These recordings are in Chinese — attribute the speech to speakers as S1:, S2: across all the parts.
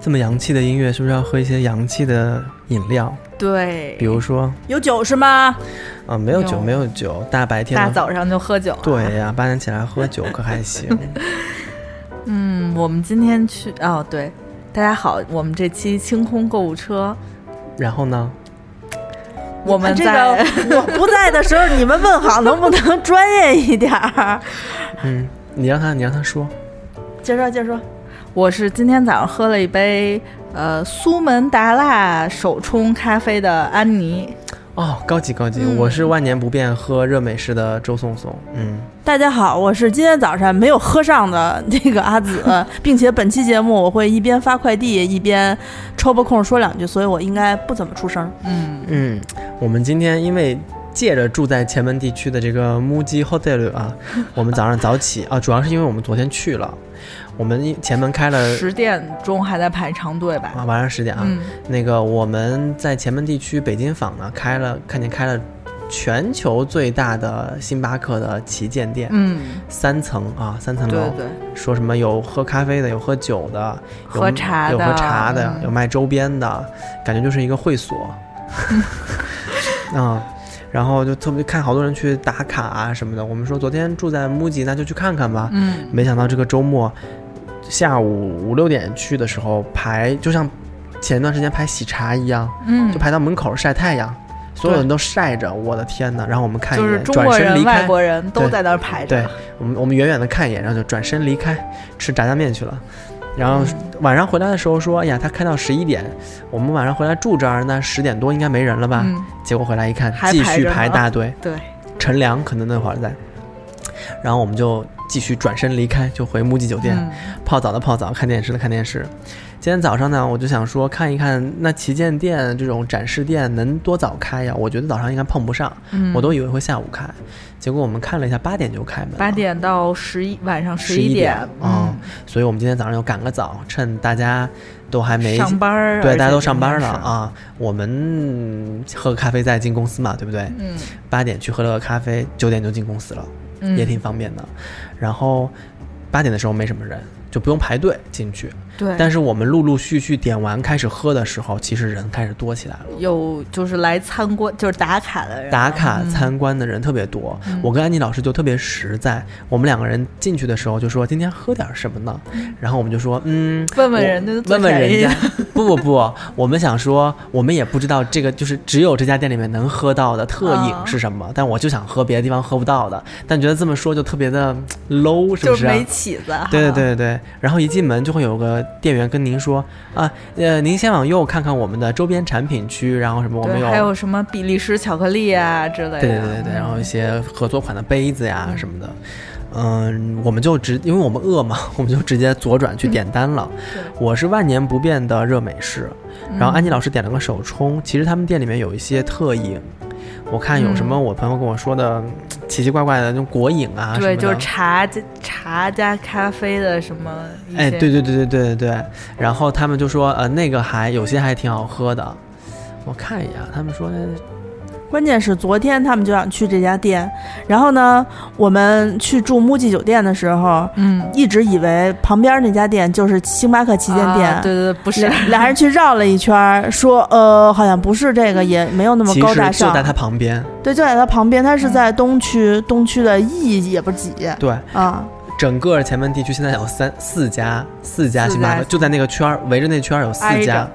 S1: 这么洋气的音乐，是不是要喝一些洋气的饮料？
S2: 对
S1: 比，如说，
S2: 有酒是吗？
S1: 啊，没有酒，
S2: 有
S1: 没有酒，大白天
S2: 大
S1: 的
S2: 早上就喝酒、啊。
S1: 对呀、八点起来喝酒可还 行。
S2: 嗯，我们今天去哦，对，大家好，我们这期清空购物车，
S1: 然后呢？
S2: 我们
S3: 这
S2: 在、
S3: 个我不在的时候，你们问好能 不能专业一点儿？
S1: 嗯，你让他，你让他说。
S3: 接着说接着说，
S2: 我是今天早上喝了一杯呃苏门答腊手冲咖啡的安妮，
S1: 哦，高级高级，
S2: 嗯
S1: 我是万年不变喝热美式的周颂颂。嗯，
S3: 大家好，我是今天早上没有喝上的这个阿紫，并且本期节目我会一边发快递一边抽拨空说两句，所以我应该不怎么出声。
S2: 嗯，
S1: 嗯，我们今天因为借着住在前门地区的这个 Muji Hotel 啊，我们早上早起啊，主要是因为我们昨天去了，我们一前门开了
S2: 十点钟还在排长队吧？
S1: 啊，晚上十点啊，
S2: 嗯，
S1: 那个我们在前门地区北京坊呢开了，看见开了全球最大的星巴克的旗舰店，
S2: 嗯，
S1: 三层啊，三层
S2: 对
S1: 楼，
S2: 对，
S1: 说什么有喝咖啡的，有喝酒的，有
S2: 喝茶
S1: 有
S2: 的，
S1: 喝茶的，有
S2: 嗯
S1: 卖周边的，感觉就是一个会 所。嗯，然后就特别看好多人去打卡啊什么的。我们说昨天住在木吉，那就去看看吧。
S2: 嗯，
S1: 没想到这个周末下午五六点去的时候排，就像前段时间排喜茶一样，
S2: 嗯，
S1: 就排到门口晒太阳，所有
S2: 对
S1: 人都晒着，我的天呐，然后我们看一
S2: 就是
S1: 眼，
S2: 中
S1: 转
S2: 国
S1: 身
S2: 人、
S1: 离
S2: 外
S1: 开。
S2: 国人啊都
S1: 对
S2: 在那儿排着
S1: 对。我们我们远远的看一眼，然后就转身离开，吃炸酱面去了。然
S2: 嗯
S1: 后晚上回来的时候说，哎呀，他开到十一点，我们晚上回来住这儿，那十点多应该没人了吧？
S2: 嗯，
S1: 结果回来一看，
S2: 还
S1: 继
S2: 排
S1: 续
S2: 着呢
S1: 排大队。
S2: 对，
S1: 乘凉可能那会儿在，然后我们就继续转身离开，就回木吉酒店。
S2: 嗯
S1: 泡澡的泡澡，看电视的看电视。今天早上呢，我就想说看一看那旗舰店这种展示店能多早开呀？我觉得早上应该碰不上，
S2: 嗯，
S1: 我都以为会下午开，结果我们看了一下，八点就开门了。
S2: 八点到十一，晚上
S1: 11
S2: 一
S1: 点
S2: 点，
S1: 嗯所以我们今天早上又赶个早，趁大家都还没
S2: 上班儿，
S1: 对，
S2: 而
S1: 大家
S2: 且
S1: 都
S2: 这
S1: 上班
S2: 边
S1: 了
S2: 是，
S1: 啊。我们喝个咖啡再进公司嘛，对不对？
S2: 嗯
S1: 八点去喝了个咖啡，九点就进公司了，
S2: 嗯，
S1: 也挺方便的。然后八点的时候没什么人，就不用排队进去。
S2: 对，
S1: 但是我们陆陆续续点完开始喝的时候，其实人开始多起来了。
S2: 有就是来参观就是打卡的人，
S1: 打卡
S2: 嗯
S1: 参观的人特别多，
S2: 嗯
S1: 我跟安妮老师就特别实在。我们两个人进去的时候就说今天喝点什么呢？然后我们就说嗯，
S2: 问问
S1: 我
S2: 人家最
S1: 问问人
S2: 便宜
S1: 家。 不不不，我们想说我们也不知道这个就是只有这家店里面能喝到的特饮是什
S2: 哦
S1: 么，但我就想喝别的地方喝不到的，但觉得这么说就特别的嗯 low，是
S2: 就
S1: 不
S2: 是
S1: 是啊、
S2: 没起子，
S1: 对对，对对对，然后一进门就会有个店员跟您说啊，呃，您先往右看看我们的周边产品区，然后什么我们
S2: 对，还有什么比利时巧克力啊之类的，
S1: 对对对对，然后一些合作款的杯子呀什么的，嗯，我们就直，因为我们饿嘛， 我们就直接左转去点单了。
S2: 嗯对
S1: 我是万年不变的热美式，
S2: 嗯
S1: 然后安妮老师点了个手冲，其实他们店里面有一些特饮，我看有什么我朋友跟我说的嗯奇奇怪怪的那种果饮啊什么
S2: 对，
S1: 的，
S2: 就是茶加茶加咖啡的什么一些，
S1: 哎，对对对
S3: 嗯
S1: 对对对对，然后他们就说呃那个还有些还挺好喝的，我看一眼，他们说哎
S3: 关键是昨天他们就想去这家店，然后呢，我们去住木记酒店的时候，
S2: 嗯，
S3: 一直以为旁边那家店就是星巴克旗舰店。
S2: 啊对对对，不是
S3: 俩，俩人去绕了一圈儿，说呃，好像不是这个，也没有那么
S1: 其
S3: 高
S1: 实
S3: 大
S1: 就
S3: 上。
S1: 在它旁边，
S3: 对，就在它旁边，它是在东区，东区的 E 也不是几
S1: 对。
S3: 啊，
S1: 整个前门地区现在有三四家，四家星巴克
S2: 四家
S1: 就在那个圈儿，围着那圈儿有四
S3: 哎
S2: 挨
S1: 家
S2: 着。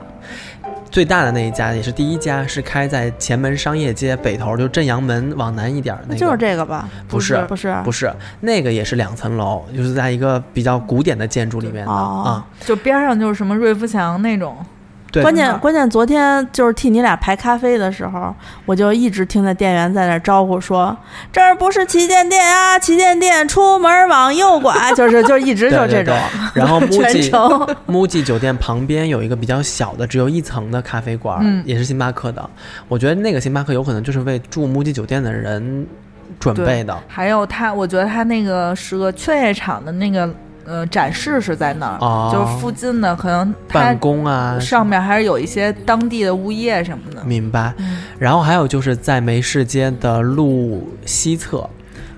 S1: 最大的那一家也是第一家，是开在前门商业街北头，就正阳门往南一点儿那
S3: 那
S1: 个。
S3: 就是这个吧？
S1: 不是
S3: 不是，
S1: 不是那个也是两层楼，就是在一个比较古典的建筑里面的
S3: 哦
S1: 啊、
S2: 就边上就是什么瑞福祥那种，
S1: 对
S3: 关
S2: 真的
S3: 键关键，昨天就是替你俩排咖啡的时候，我就一直听见店员在那招呼说：“这儿不是旗舰店啊，旗舰店出门往右拐。” 就是就是一直就
S1: 对
S3: 这
S1: 对
S3: 种，。
S1: 对然后
S3: 全
S1: MUJI
S3: 程
S1: MUJI 酒店旁边有一个比较小的，只有一层的咖啡馆，
S2: 嗯
S1: 也是星巴克的。我觉得那个星巴克有可能就是为住 MUJI 酒店的人准
S2: 对
S1: 备的。
S2: 还有他，我觉得他那个是个劝业场的那个呃展示是在那儿，
S1: 哦
S2: 就是附近的，可能
S1: 办
S2: 他
S1: 公啊，
S2: 上面还是有一些当地的物业什么的。
S1: 明白。
S2: 嗯
S1: 然后还有就是在梅市街的路西侧，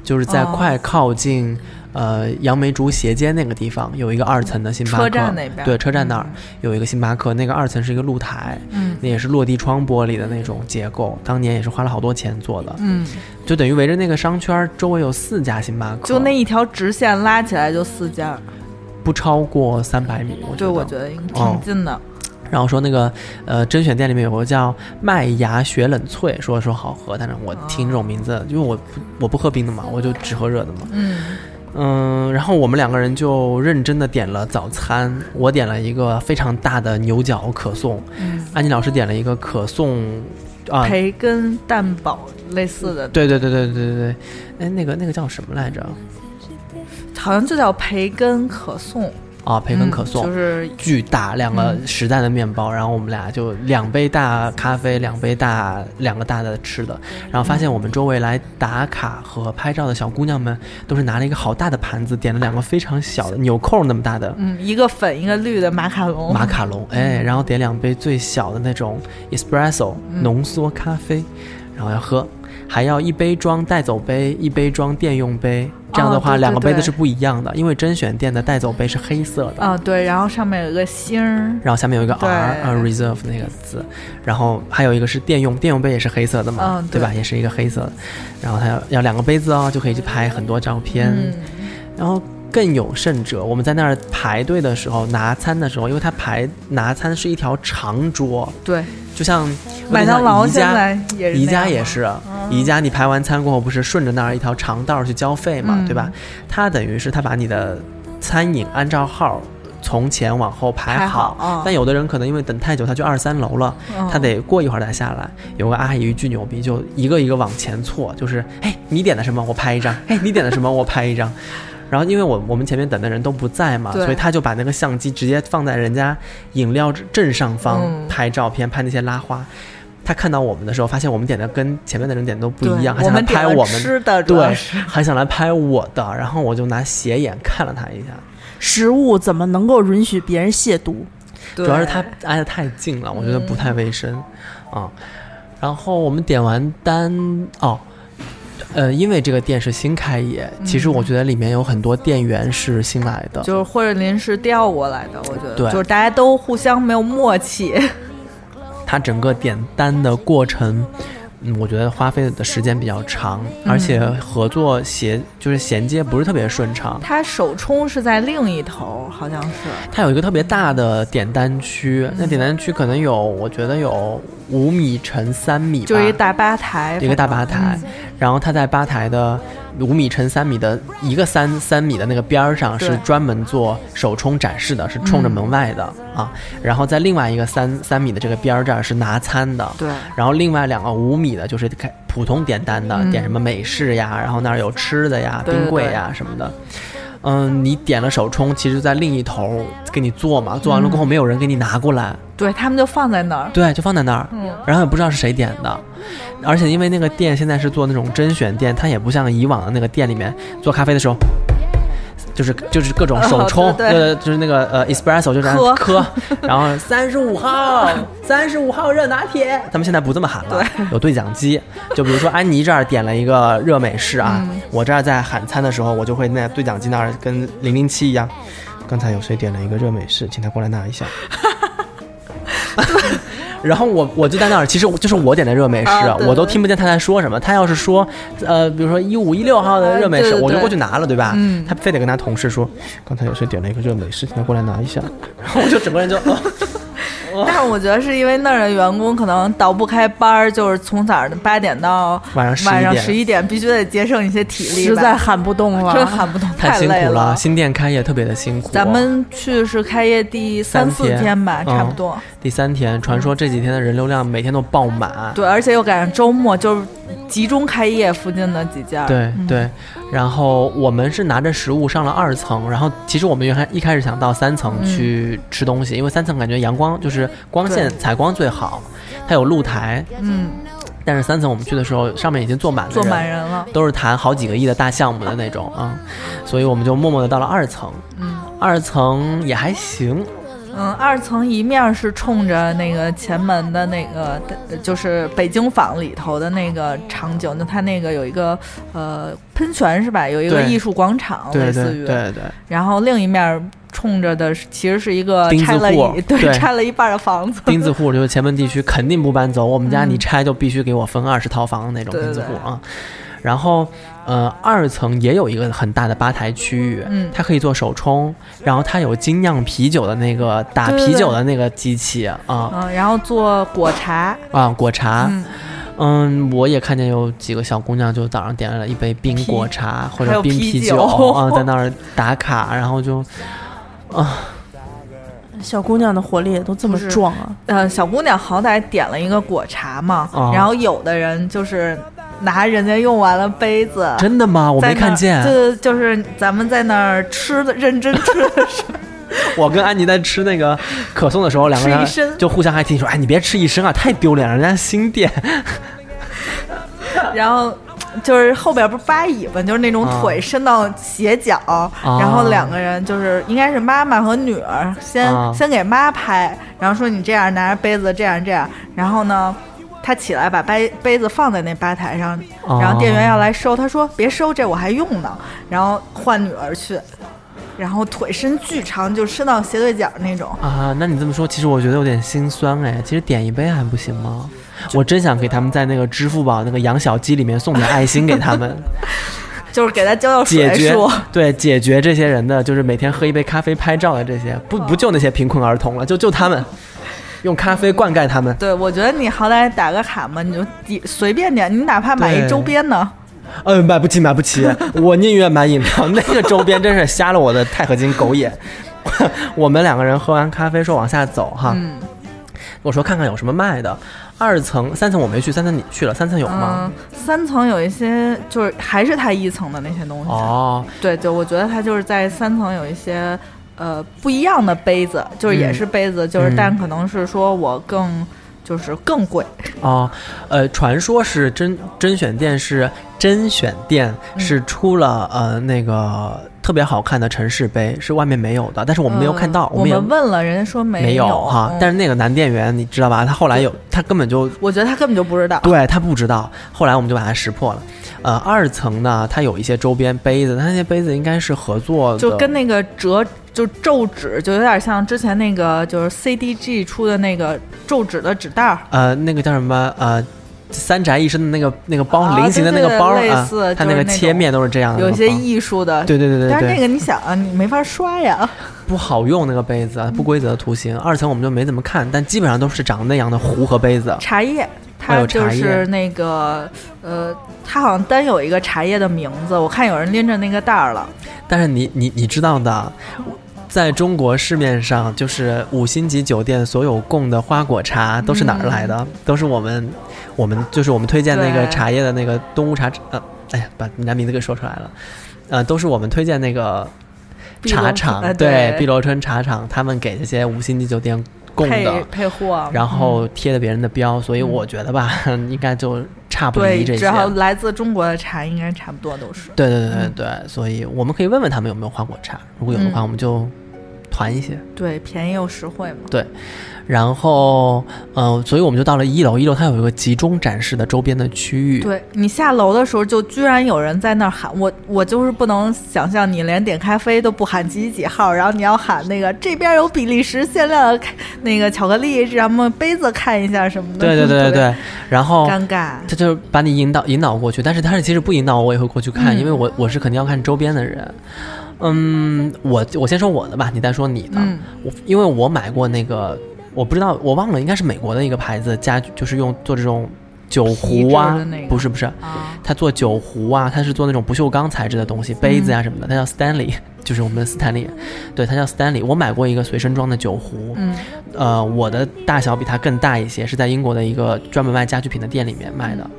S1: 就是在
S2: 哦
S1: 快靠近、呃杨梅竹斜街那个地方有一个二层的星巴克，
S2: 车站那边
S1: 对，车站那儿、有一个星巴克，那个二层是一个露台，
S2: 嗯
S1: 那也是落地窗玻璃的那种结构，当年也是花了好多钱做的，
S2: 嗯，
S1: 就等于围着那个商圈儿周围有四家星巴克，
S2: 就那一条直线拉起来就四家，
S1: 不超过三百米，我觉
S2: 对，
S1: 得。
S2: 我觉得应该
S1: 哦
S2: 挺近的。
S1: 然后说那个呃甄选店里面有个叫麦芽雪冷萃，说说好喝，但是我听这种名
S2: 啊
S1: 字，因为我不我不喝冰的嘛，我就只喝热的嘛。
S2: 嗯，
S1: 嗯，然后我们两个人就认真的点了早餐，我点了一个非常大的牛角可颂，
S2: 嗯
S1: 安妮老师点了一个可颂啊。
S2: 培根蛋堡类似的，
S1: 对对对对对对对，哎，那个那个叫什么来着？
S2: 好像就叫培根可颂，
S1: 啊，培根
S2: 嗯
S1: 可颂，
S2: 就是
S1: 巨大两个
S2: 嗯
S1: 实在的面包，然后我们俩就两杯大咖啡，两杯大两个大的吃的，
S2: 嗯
S1: 然后发现我们周围来打卡和拍照的小姑娘们都是拿了一个好大的盘子，点了两个非常小的纽扣那么大的
S2: 嗯，一个粉一个绿的马卡龙，
S1: 马卡龙，哎，然后点两杯最小的那种 espresso
S2: 嗯
S1: 浓缩咖啡，然后要喝，还要一杯装带走杯，一杯装电用杯，这样的
S2: 哦
S1: 话
S2: 对对
S1: 两个杯子
S2: 对
S1: 是不一样的，因为甄选店的带走杯是黑色的。
S2: 啊，对，然后上面有个星儿，
S1: 然后下面有一个 R
S2: 对
S1: 啊 reserve 那个字，然后还有一个是电用，电用杯也是黑色的嘛，
S2: 嗯
S1: 对吧？也是一个黑色的，然后它要要两个杯子哦，就可以去拍很多照片。
S2: 嗯，
S1: 然后更有甚者，我们在那儿排队的时候拿餐的时候，因为它排拿餐是一条长桌，
S2: 对，
S1: 就像
S2: 麦当劳
S1: 有点
S2: 现
S1: 像宜家宜家
S2: 在也是那样嗯
S1: 也
S2: 嘛，
S1: 是，啊宜家你排完餐过后不是顺着那儿一条长道儿去交费嘛，
S2: 嗯
S1: 对吧？它等于是它把你的餐饮按照号儿从前往后排
S2: 排
S1: 好
S2: 好，嗯
S1: 但有的人可能因为等太久，他去二三楼了，
S2: 嗯
S1: 他得过一会儿才下来。有个阿姨巨牛逼，就一个一个往前错，就是哎你点的什么我拍一张，哎你点的什么我拍一 张。然后，因为我我们前面等的人都不在嘛，
S2: 对
S1: 所以他就把那个相机直接放在人家饮料正上方
S2: 嗯
S1: 拍照片，拍那些拉花。他看到我们的时候，发现我们点的跟前面的人点的都不一样，还想
S2: 我
S1: 来
S2: 们点
S1: 拍
S2: 了
S1: 我们，
S2: 吃的，主要
S1: 对
S2: 是，
S1: 还想来拍我的。然后我就拿斜眼看了他一下，
S3: 食物怎么能够允许别人亵渎？
S1: 主
S2: 主
S1: 要是他挨得太近了，我觉得不太卫生啊、然后我们点完单哦。呃，因为这个店是新开业，其实我觉得里面有很多店员是新来的，
S2: 嗯就是或者临时调过来的，我觉得，
S1: 对
S2: 就是大家都互相没有默契，
S1: 它整个点单的过程，嗯，我觉得花费的时间比较长，
S2: 嗯
S1: 而且合作衔就是衔接不是特别顺畅。
S2: 他首冲是在另一头，好像是，
S1: 它有一个特别大的点单区，那点单区可能有，我觉得有五米乘三米吧，
S2: 就是一大吧台，
S1: 一个大吧台，然后它在吧台的五米乘三米的一个三三米的那个边儿上
S2: 对嗯
S1: 是专门做手冲展示的，是冲着门外的、啊。然后在另外一个三三米的这个边儿这儿是拿餐的，
S2: 对
S1: 然后另外两个五米的就是开普通点单的，点什么美式呀，然后那儿有吃的呀、
S2: 嗯对对
S1: 冰柜呀什么的。嗯，你点了手冲，其实，在另一头给你做嘛，做
S2: 嗯
S1: 完了过后没有人给你拿过来，
S2: 对，他们就放在那儿，嗯
S1: 对，就放在那儿，然后也不知道是谁点的。而且因为那个店现在是做那种甄选店，它也不像以往的那个店里面做咖啡的时候，就是就是各种手冲，
S2: 哦对
S1: 呃，就是那个呃 espresso 就是
S2: 磕
S1: 磕，然后三十五号，三十五号热拿铁，他们现在不这么喊了，有对讲机。就比如说安妮这儿点了一个热美式啊，
S2: 嗯
S1: 我这儿在喊餐的时候，我就会那对讲机那儿跟零零七一样，刚才有谁点了一个热美式，请他过来拿一下。 然后我我就在那儿，其实我就是我点的热美式，
S2: 啊对
S1: 我都听不见他在说什么。他要是说，呃，比如说一五一六号的热美式，
S2: 啊对对对
S1: 我就过去拿了，对吧？
S2: 嗯
S1: 他非得跟他同事说，刚才有谁点了一个热美式，请他过来拿一下。然后我就整个人就， 哦
S2: 但是我觉得是因为那儿的员工可能倒不开班儿，就是从早上八点到
S1: 晚上11
S2: 晚上
S1: 点
S2: 十一点，必须得节省一些体力吧，
S3: 实在喊不动
S2: 真
S3: 了。
S2: 喊不动，
S1: 太辛
S2: 累
S1: 苦
S2: 了。
S1: 新店开业特别的辛苦。啊
S2: 咱们去是开业第三四天吧，
S1: 三天嗯
S2: 差不多。
S1: 第三天，传说这几天的人流量每天都爆满。
S2: 对，而且又赶上周末，就是集中开业附近的几家。，
S1: 对
S2: 嗯
S1: 对，然后我们是拿着食物上了二层，然后其实我们原来一开始想到三层
S2: 嗯
S1: 去吃东西，因为三层感觉阳光就是光线采光最好，它有露台，
S2: 嗯，
S1: 但是三层我们去的时候上面已经坐满了
S2: 坐
S1: 人
S2: 满人了。
S1: 都是谈好几个亿的大项目的那嗯种啊、所以我们就默默的到了二层。
S2: 嗯，
S1: 二层也还行，
S2: 嗯，二层一面是冲着那个前门的那个，呃就是北京坊里头的那个场景，就它那个有一个呃喷泉是吧？有一个
S1: 对
S2: 艺术广场，
S1: 对
S2: 类似
S1: 对
S2: 于。
S1: 对对，
S2: 然后另一面冲着的是其实是一个
S1: 钉子
S2: 拆了
S1: 户
S2: 一对
S1: 对
S2: 拆了一半的房 子，
S1: 钉子户就是前门地区肯定不搬走，我们家你拆就必须给我分二十套房那种
S2: 嗯对
S1: 钉
S2: 对
S1: 子户
S2: 对
S1: 啊。然后，呃，二层也有一个很大的吧台区域，
S2: 嗯
S1: 它可以做手冲，然后它有精酿啤酒的那个打
S2: 对对
S1: 啤
S2: 对
S1: 酒的那个机器啊
S2: 嗯，然后做果茶，
S1: 啊，果茶，
S2: 嗯，
S1: 嗯，我也看见有几个小姑娘就早上点了一杯冰
S2: 啤
S1: 果茶或
S2: 还
S1: 者
S2: 有
S1: 冰
S2: 啤
S1: 啤
S2: 酒
S1: 啊，在那儿打卡，然后就
S3: 小姑娘的火力也都这么
S2: 不是
S3: 壮啊！
S2: 呃，小姑娘好歹点了一个果茶嘛，
S1: 哦
S2: 然后有的人就是拿人家用完了杯子，
S1: 真的吗？我
S2: 在
S1: 没看
S2: 那儿
S1: 见，
S2: 就就是咱们在那儿吃的认真吃的时候，
S1: 我跟安妮在吃那个可颂的时候，两个
S2: 吃一身
S1: 人就互相还提醒说：“哎，你别吃一身啊，太丢脸了，人家新店。
S2: 然后就是后边不是扒尾巴，就是那种
S1: 啊
S2: 腿伸到斜角，然后两个人就是应该是妈妈和女儿先、
S1: 啊
S2: 先给妈拍，然后说你这样拿着杯子这样这样，然后呢。她起来把杯杯子放在那吧台上，
S1: 哦
S2: 然后店员要来收，她说别收，这我还用呢。然后换女儿去，然后腿伸巨长，就伸到斜对角那种。”
S1: 啊，那你这么说，其实我觉得有点心酸哎。其实点一杯还不行吗？我真想给他们在那个支付宝那个养小鸡里面送点爱心给他 们，
S2: 就是给他浇浇
S1: 解
S2: 水
S1: 决
S2: 说，
S1: 对解决这些人的就是每天喝一杯咖啡拍照的这些，不不救那些贫困儿童了，就救他们，用咖啡灌溉他们。
S2: 对，我觉得你好歹打个卡嘛，你就点随便点，你哪怕买一
S1: 对
S2: 周边呢。
S1: 嗯，买不起，买不起，我宁愿买饮料。 那个周边真是瞎了我的钛合金狗眼。 我们两个人喝完咖啡说往下走哈，
S2: 嗯
S1: 我说看看有什么卖的。二层、三层我没去，三层你去了，三层有吗？
S2: 嗯，三层有一些就是还是它一层的那些东西。
S1: 哦，
S2: 对，就我觉得它就是在三层有一些呃不一样的杯子，就是也
S1: 嗯
S2: 是杯子，就是
S1: 嗯
S2: 但可能是说我更就是更贵。
S1: 哦，呃，传说是甄甄选店是甄选店
S2: 嗯
S1: 是出了、呃那个特别好看的城市杯，是外面没有的，但是我们没有看到，
S2: 呃
S1: 们也
S2: 们问了，人家说没
S1: 没有哈。
S2: 嗯
S1: 但是那个男店员你知道吧？他后来有，他根本就
S2: 我觉得他根本就不知道。
S1: 对他不知道，后来我们就把它识破了。呃，二层呢，它有一些周边杯子，它那些杯子应该是合作的，
S2: 就跟那个折就皱纸，就有点像之前那个就是 CDG 出的那个皱纸的纸袋儿，
S1: 呃那个叫什么呃三宅一生的那个那个包、
S2: 啊
S1: 菱形的那个包
S2: 对对对
S1: 啊
S2: 类似，
S1: 它
S2: 就是
S1: 个
S2: 那种
S1: 切面都是这样的，
S2: 有一些
S1: 意，
S2: 艺术的。
S1: 啊对对对对对，
S2: 但是那个你想啊，你没法刷呀。
S1: 不好用那个杯子，不规则的图形。二层我们就没怎么看，但基本上都是长那样的壶和杯子。
S2: 茶叶，
S1: 还
S2: 它
S1: 有
S2: 就
S1: 哎茶叶
S2: 是那个呃，它好像单有一个茶叶的名字，我看有人拎着那个袋儿了。
S1: 但是你你你知道的，在中国市面上，就是五星级酒店所有供的花果茶都是哪儿来的？都是我们我们就是我们推荐那个
S2: 嗯对
S1: 茶叶的那个东吴茶呃，哎呀，把你家名字给说出来了，呃，都是我们推荐那个
S2: 碧螺
S1: 茶
S2: 春
S1: 厂，
S2: 呃
S1: 对
S2: 对
S1: 碧螺春茶厂，他们给这些五星级酒店供
S2: 配
S1: 的。
S2: 配货，嗯
S1: 然后贴的别人的标，所以我觉得吧， 应该就差不离
S2: 对，
S1: 这些。
S2: 只要来自中国的茶，应该差不多都是。
S1: 对对对对对，所以我们可以问问他们有没有花果茶，如果有的话，
S2: 嗯
S1: 我们就团一些。
S2: 对，便宜又实惠嘛。
S1: 然后，呃，所以我们就到了一楼，一楼它有一个集中展示的周边的区域。
S2: 对你下楼的时候，就居然有人在那儿喊我，我就是不能想象你连点咖啡都不喊几几几号，然后你要喊那个这边有比利时限量的开那个巧克力，让我们杯子看一下什么的，嗯
S1: 对对对对哦
S2: 特别
S1: 对，然后。
S2: 尴尬。
S1: 他就是把你引导引导过去，但是他是其实不引导我，我也会过去看，
S2: 嗯
S1: 因为我我是肯定要看周边的人。嗯，我我先说我的吧，你再说你的。
S2: 嗯
S1: 我因为我买过那个，我不知道我忘了，应该是美国的一个牌子家具，就是用做这种酒壶
S2: 皮质
S1: 啊
S2: 的，那个
S1: 不是不是，
S2: 啊，
S1: 他做酒壶啊，他是做那种不锈钢材质的东西，杯
S2: 嗯
S1: 子啊什么的，他叫 Stanley，就是我们的斯坦利，对，他叫 Stanley。我买过一个随身装的酒壶，
S2: 嗯
S1: 呃，我的大小比它更大一些，是在英国的一个专门卖家具品的店里面卖的，
S2: 嗯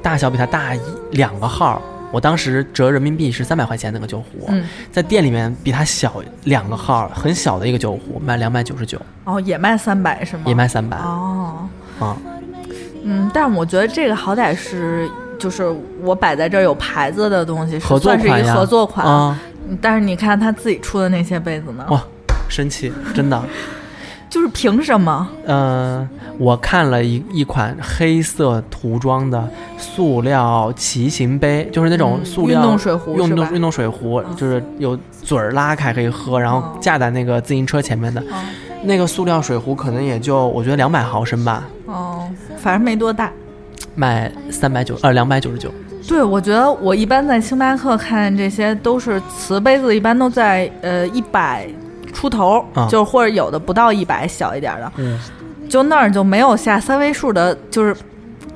S1: 大小比它大一两个号。我当时折人民币是三百块钱那个酒壶，
S2: 嗯，
S1: 在店里面比它小两个号，很小的一个酒壶，卖两百九十九，
S2: 哦，也卖三百是吗？
S1: 也卖三百
S2: 哦，
S1: 啊。
S2: 嗯，但是我觉得这个好歹是。就是我摆在这儿有牌子的东西，是
S1: 合作
S2: 算是
S1: 款
S2: 一
S1: 呀
S2: 合作款。
S1: 啊，哦
S2: 但是你看他自己出的那些杯子呢，
S1: 哇，生气，真的。
S2: 就是凭什么？
S1: 嗯，我看了一一款黑色涂装的塑料骑行杯，就是那种塑料、
S2: 嗯运动水壶
S1: 运
S2: 是
S1: 动
S2: 吧嗯
S1: 运动水壶，就是有嘴儿拉开可以喝，然后
S2: 哦
S1: 架在那个自行车前面的、
S2: 哦
S1: 那个塑料水壶，可能也就我觉得两百毫升吧，
S2: 哦，反正没多大。
S1: 卖三百九呃两百九十九。
S2: 对，我觉得我一般在星巴克看这些都是瓷杯子，一般都在呃一百出头，
S1: 啊
S2: 就是或者有的不到一百小一点的，
S1: 嗯，
S2: 就那儿就没有下三位数的，就是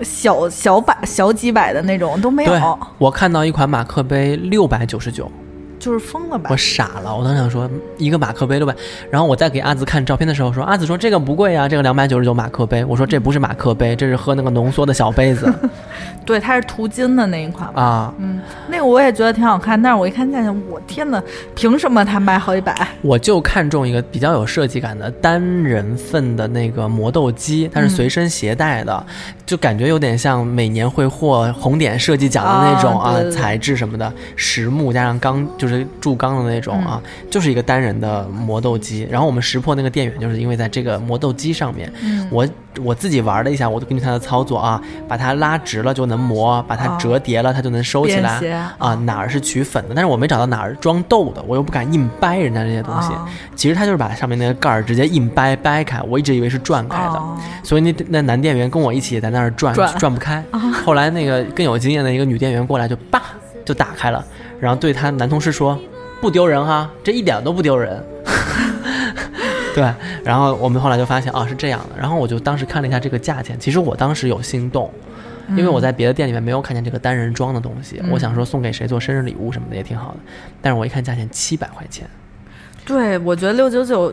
S2: 小小百小几百的那种都没
S1: 对
S2: 有，，
S1: 我看到一款马克杯六百九十九，
S2: 就是疯了吧
S1: 我？傻了，我当时想说一个马克杯六百，然后我再给阿紫看照片的时候说，阿紫说这个不贵啊，这个两百九十九马克杯，我说这不是马克杯，这是喝那个浓缩的小杯子
S2: 对，它是涂金的那一款嘛，
S1: 啊。
S2: 嗯，那个我也觉得挺好看，但是我一看价钱，我天呐，凭什么它卖好几百？
S1: 我就看中一个比较有设计感的单人份的那个磨豆机，它是随身携带的，就感觉有点像每年会获红点设计奖的那种啊
S2: 啊对对对
S1: 材质什么的，实木加上钢就是铸钢的那种啊，就是一个单人的磨豆机。然后我们识破那个店员，就是因为在这个磨豆机上面，
S2: 嗯
S1: 我我自己玩了一下，我就根据它的操作啊，把它拉直了就能磨，把它
S2: 哦
S1: 折叠了它就能收起
S2: 便
S1: 来。
S2: 携
S1: 啊，哪儿是取粉的，但是我没找到哪儿装豆的，我又不敢硬掰人家这些东西。
S2: 哦
S1: 其实他就是把上面那个盖儿直接硬掰掰开，我一直以为是转开的，
S2: 哦
S1: 所以那那男店员跟我一起也在那儿转
S2: 转啊
S1: 不开。后来那个更有经验的一个女店员过来就叭就打开了，然后对她男同事说：“不丢人哈，这一点都不丢人。” 对，然后我们后来就发现啊是这样的，然后我就当时看了一下这个价钱，其实我当时有心动，
S2: 嗯
S1: 因为我在别的店里面没有看见这个单人装的东西，我想说送给谁做生日礼物什么的也挺好的，但是我一看价钱七百块钱，
S2: 嗯对，我觉得六九九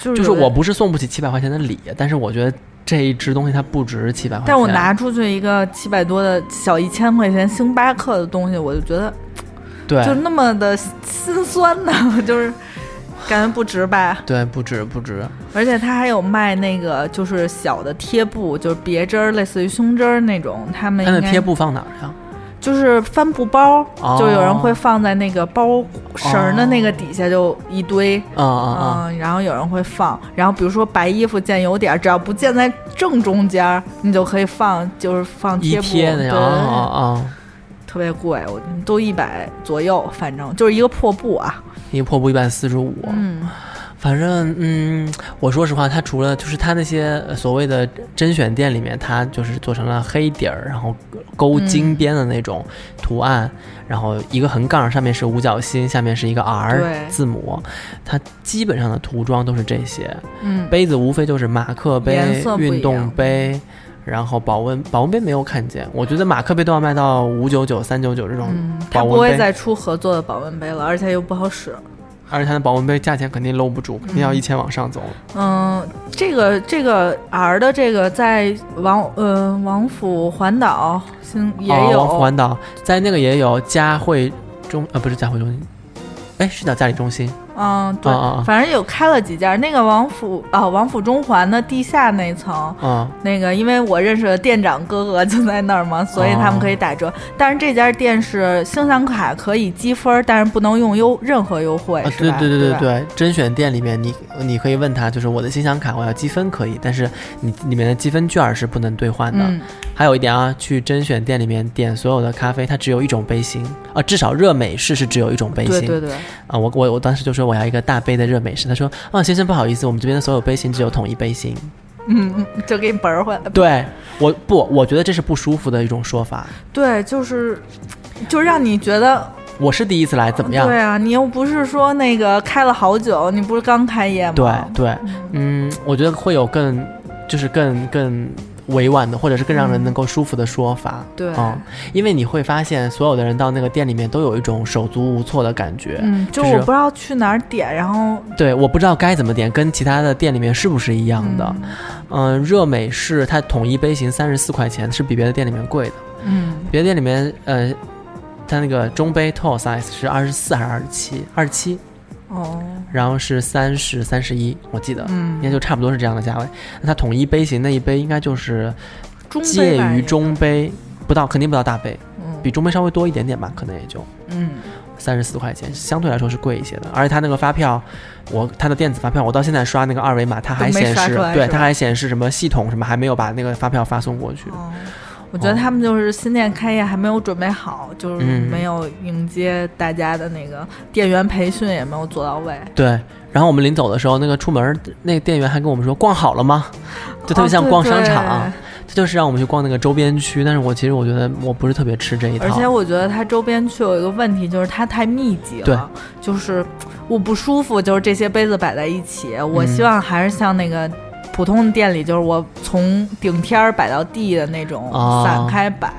S2: 就是
S1: 就是
S2: 有
S1: 我
S2: 点
S1: 不是送不起七百块钱的礼，但是我觉得这一只东西它不值七百块钱。
S2: 但我拿出去一个七百多的小一千块钱星巴克的东西，我就觉得
S1: 对
S2: 就那么的心酸呢， 就是感觉不值吧。
S1: 对不值不值，
S2: 而且它还有卖那个就是小的贴布，就是别针儿，类似于胸针儿那种。他们
S1: 它
S2: 应
S1: 的嗯
S2: 该
S1: 贴布放哪儿呀？
S2: 就是帆布包，
S1: 哦
S2: 就有人会放在那个包绳儿的那个底下，就一堆。
S1: 啊啊啊！
S2: 嗯，然后有人会放，然后比如说白衣服见有点儿，只要不见在正中间儿，你就可以放，就是放
S1: 一
S2: 贴布，
S1: 贴那
S2: 对，
S1: 样啊啊啊！
S2: 特别贵，我都一百左右，反正就是一个破布啊。
S1: 一个破布一百四十五，
S2: 嗯，
S1: 反正嗯，我说实话，它除了就是它那些呃所谓的甄选店里面，它就是做成了黑底儿，然后勾
S2: 嗯
S1: 金边的那种图案，然后一个横杠上面是五角星，下面是一个 R
S2: 对
S1: 字母，它基本上的涂装都是这些。
S2: 嗯，
S1: 杯子无非就是马克
S2: 颜
S1: 杯
S2: 色、不一样
S1: 运动杯，然后保温保温杯没有看见。我觉得马克杯都要卖到五九九、三九九这种
S2: 嗯它
S1: 保
S2: 不
S1: 温
S2: 会
S1: 杯，
S2: 再出合作的保温杯了，而且又不好使。
S1: 而且它的保温杯价钱肯定搂不住，肯定要一千往上走。
S2: 嗯，这个这个 R 的这个在王呃王府环岛新也
S1: 哦，
S2: 有、
S1: 王府环岛在那个也有嘉汇中，呃，不是嘉汇中心，哎，是叫嘉里中心
S2: 嗯，对，
S1: 啊啊啊
S2: 反正有开了几家。那个王府啊、王府中环的地下那层，
S1: 啊、
S2: 那个因为我认识的店长哥哥就在那儿嘛，所以他们可以打折。
S1: 哦
S2: 但是这家店是星象卡可以积分，但是不能用优任何优惠，
S1: 啊，
S2: 是
S1: 对
S2: 吧？
S1: 对对
S2: 对
S1: 对
S2: 吧，
S1: 对，甄选店里面你你可以问他，就是我的星享卡我要积分可以，但是你里面的积分券儿是不能兑换的。
S2: 嗯，
S1: 还有一点啊，去甄选店里面点所有的咖啡，它只有一种杯型啊，至少热美式是只有一种杯型
S2: 对对对，
S1: 啊。我我我当时就说我要一个大杯的热美式，他说啊先生不好意思，我们这边的所有杯型只有统一杯型。
S2: 嗯嗯，就给你本儿回来。
S1: 对我不，我觉得这是不舒服的一种说法。
S2: 对，就是就让你觉得
S1: 我是第一次来，怎么样？
S2: 对啊，你又不是说那个开了好久，你不是刚开业吗？
S1: 对对，嗯，我觉得会有更就是更更委婉的，或者是更让人能够舒服的说法。
S2: 嗯对
S1: 嗯，因为你会发现所有的人到那个店里面都有一种手足无措的感觉。
S2: 嗯，就
S1: 就是
S2: 我不知道去哪儿点，然后嗯
S1: 对，我不知道该怎么点，跟其他的店里面是不是一样的？嗯、热美式它统一杯型三十四块钱，是比别的店里面贵的。
S2: 嗯
S1: 别的店里面，呃，它那个中杯 tall size 是二十四还是二十七？二十七，
S2: 哦
S1: 然后是三十三十一，我记得。应该
S2: 嗯，
S1: 就差不多是这样的价位，那它统一杯型那一杯应该就是
S2: 中杯
S1: 介
S2: 吧
S1: 于，中杯，不到肯定不到大杯，
S2: 也嗯
S1: 比中杯稍微多一点点吧，可能也就
S2: 嗯
S1: 三十四块钱，相对来说是贵一些的。而且它那个发票，我它的电子发票，我到现在刷那个二维码，它还
S2: 都没
S1: 显
S2: 刷
S1: 示
S2: 出来，
S1: 对，
S2: 是吧
S1: 它还显示什么系统什么还没有把那个发票发送过去。
S2: 哦，我觉得他们就是新店开业还没有准备好，就是
S1: 嗯
S2: 没有迎接大家的那个店员培训也没有做到位，
S1: 对，然后我们临走的时候，那个出门儿那店员还跟我们说逛好了吗？就特别
S2: 哦
S1: 像
S2: 对
S1: 逛商场，
S2: 对
S1: 他就是让我们去逛那个周边区。但是我其实我觉得我不是特别吃这一套，
S2: 而且我觉得它周边区有一个问题，就是它太密集了，
S1: 对
S2: 就是我不舒服，就是这些杯子摆在一起。我
S1: 嗯
S2: 希望还是像那个普通的店里，就是我从顶天儿摆到地的那种
S1: 哦
S2: 散开摆。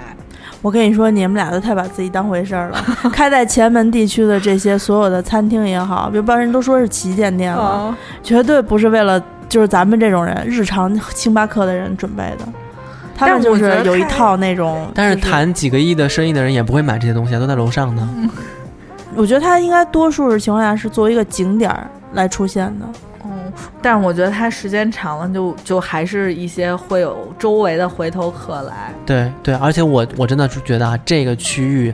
S3: 我跟你说，你们俩都太把自己当回事 儿了。开在前门地区的这些所有的餐厅也好，别不然人都说是旗舰店了，
S2: 哦
S3: 绝对不是为了就是咱们这种人日常星巴克的人准备的。他们
S2: 但
S3: 就
S2: 我觉
S3: 是
S2: 得
S3: 有一
S2: 开
S3: 套那种，
S1: 但是
S3: 就是
S1: 谈几个亿的生意的人也不会买这些东西啊，都在楼上呢。
S3: 我觉得它应该多数是情况下是作为一个景点儿来出现的。
S2: 嗯，但我觉得它时间长了就，就还是一些会有周围的回头客来。
S1: 对对，而且我我真的是觉得啊，这个区域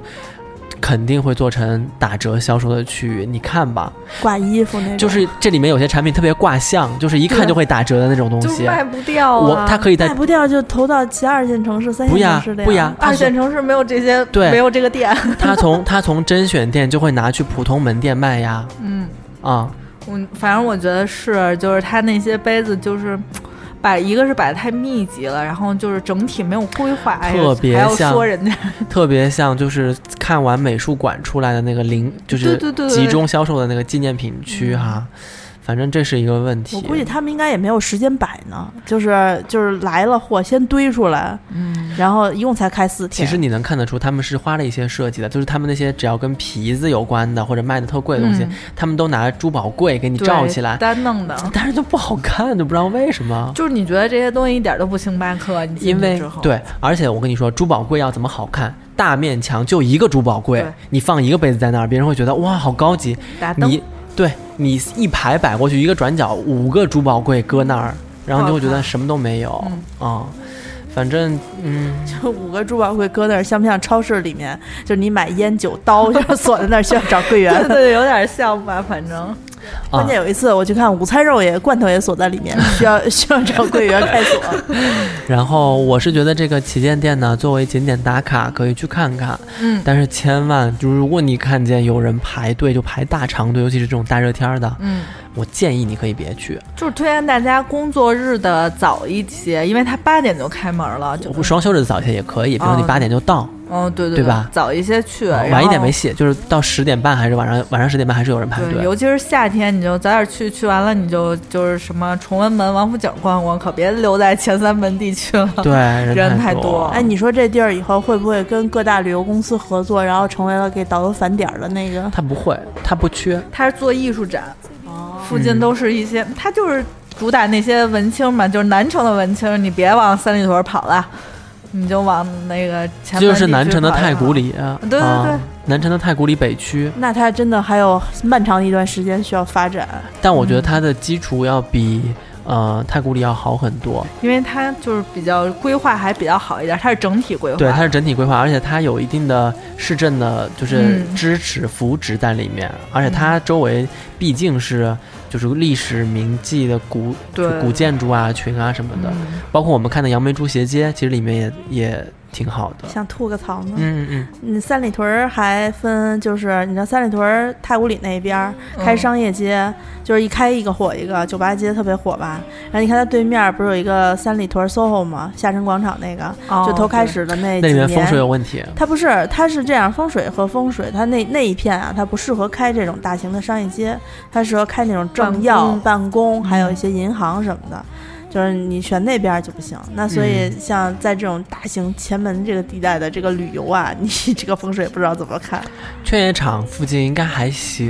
S1: 肯定会做成打折销售的区域。你看吧，
S3: 挂衣服那
S2: 哎
S3: 种，
S1: 就是这里面有些产品特别挂相，就是一看
S2: 对
S1: 就会打折的那种东
S2: 就
S1: 西。
S2: 卖不掉
S1: 我
S2: 啊！
S1: 它可以在
S3: 卖不掉就投到其他二线城市、三
S1: 不
S3: 线
S1: 呀
S3: 城市的
S1: 不呀，它
S2: 二
S1: 从
S2: 线城市没有这些，
S1: 对
S2: 没有这 个店。
S1: 它从它从甄选店就会拿去普通门店卖呀
S2: 嗯，
S1: 啊、
S2: 我反正我觉得是，就是它那些杯子就是。摆一个是摆的太密集了，然后就是整体没有规划，哎呀
S1: 特别
S2: 还要
S1: 像
S2: 说人家，
S1: 特别像就是看完美术馆出来的那个零，就是
S2: 对对对对嗯
S1: 集中销售的那个纪念品区哈、反正这是一个问题。
S3: 我估计他们应该也没有时间摆呢，就是就是来了货先堆出来，
S2: 嗯，
S3: 然后一共才开四
S1: 其
S3: 天。
S1: 实你能看得出，他们是花了一些设计的，就是他们那些只要跟皮子有关的或者卖的特贵的东西，
S2: 嗯
S1: 他们都拿珠宝柜给你
S2: 对
S1: 罩起来，
S2: 单弄的，
S1: 但是就不好看，就不知道为什么。
S2: 就是你觉得这些东西一点都不星巴克，你进去
S1: 因为
S2: 之后，
S1: 对，而且我跟你说，珠宝柜要怎么好看？大面墙就一个珠宝柜
S2: 对，
S1: 你放一个杯子在那儿，别人会觉得哇，好高级。
S2: 打灯
S1: 你对你一排摆过去，一个转角五个珠宝柜搁那儿，然后你就会觉
S2: 不好
S1: 得
S2: 看嗯
S1: 什么都没有啊、反正嗯，
S3: 就五个珠宝柜搁那儿，像不像超市里面？就是你买烟酒刀，就是锁在那儿需要找柜员。
S2: 对对，有点像吧，反 正
S1: 啊
S3: 关键有一次我去看午餐肉也罐头也锁在里面，需要需要找柜员开锁。
S1: 然后我是觉得这个旗舰店呢，作为景点打卡可以去看看，
S2: 嗯
S1: 但是千万，就如果你看见有人排队就排大长队，尤其是这种大热天儿的，
S2: 嗯，
S1: 我建议你可以别去。
S2: 就是推荐大家工作日的早一些，因为它八点就开门了，就
S1: 我双休日的早一些也可以，比如说你
S2: 哦
S1: 八点就到，
S2: 嗯，对对
S1: 对吧哦
S2: 早一些去，嗯然后
S1: 晚一点没戏，就是到十点半还是晚上晚上十点半还是有人排
S2: 对，
S1: 队。
S2: 尤其是夏天，你就早点去，去完了你就就是什么崇文门、王府井逛逛，可别留在前三门地区了。
S1: 对，人
S2: 人
S1: 太
S2: 太多
S3: 哎，你说这地儿以后会不会跟各大旅游公司合作，然后成为了给导游返点儿的那个？
S1: 他不会，他不缺，
S2: 它是做艺术展，
S3: 哦
S2: 附近都是一
S1: 嗯
S2: 些，它就是主打那些文青嘛，就是南城的文青，你别往三里屯跑了，你就往那个前门
S1: 就是
S2: 地区
S1: 南城的
S2: 跑就
S1: 太
S2: 好
S1: 古里，啊
S2: 对对对
S1: 啊南城的太古里北区，
S3: 那它真的还有漫长的一段时间需要发展。
S1: 但我觉
S2: 嗯
S1: 得它的基础要比、呃太古里要好很多。
S2: 因为它就是比较规划还比较好一点，它是整体规划。
S1: 对，它是整体规划，而且它有一定的市政的，就是
S2: 嗯
S1: 支持扶植在里面，而且它周围毕竟是就是历史名迹的古就
S2: 对
S1: 古建筑啊、群啊什么的，
S2: 嗯
S1: 包括我们看的杨梅竹斜街，其实里面也也挺好的。
S3: 想吐个槽呢，
S1: 嗯嗯
S3: 你三里屯儿还分，就是你知道三里屯儿太古里那边儿开
S2: 嗯
S3: 商业街，就是一开一个火一个，酒吧街特别火吧。然后你看它对面儿不是有一个三里屯儿 SOHO 吗？下沉广场那个，
S2: 哦
S3: 就头开
S2: 对
S3: 始的那
S1: 嗯，
S3: 几
S1: 那里
S3: 年，
S1: 面风水有问题。
S3: 它不是，它是这样，风水和风水，它那那一片啊，它不适合开这种大型的商业街，它适合开那种政要、办
S2: 办公嗯
S3: 公，还有一些银行什么的。就是你选那边儿就不行，那所以
S1: 嗯
S3: 像在这种大型前门这个地带的这个旅游啊， 你这个风水不知道怎么看。
S1: 劝业场附近应该还行。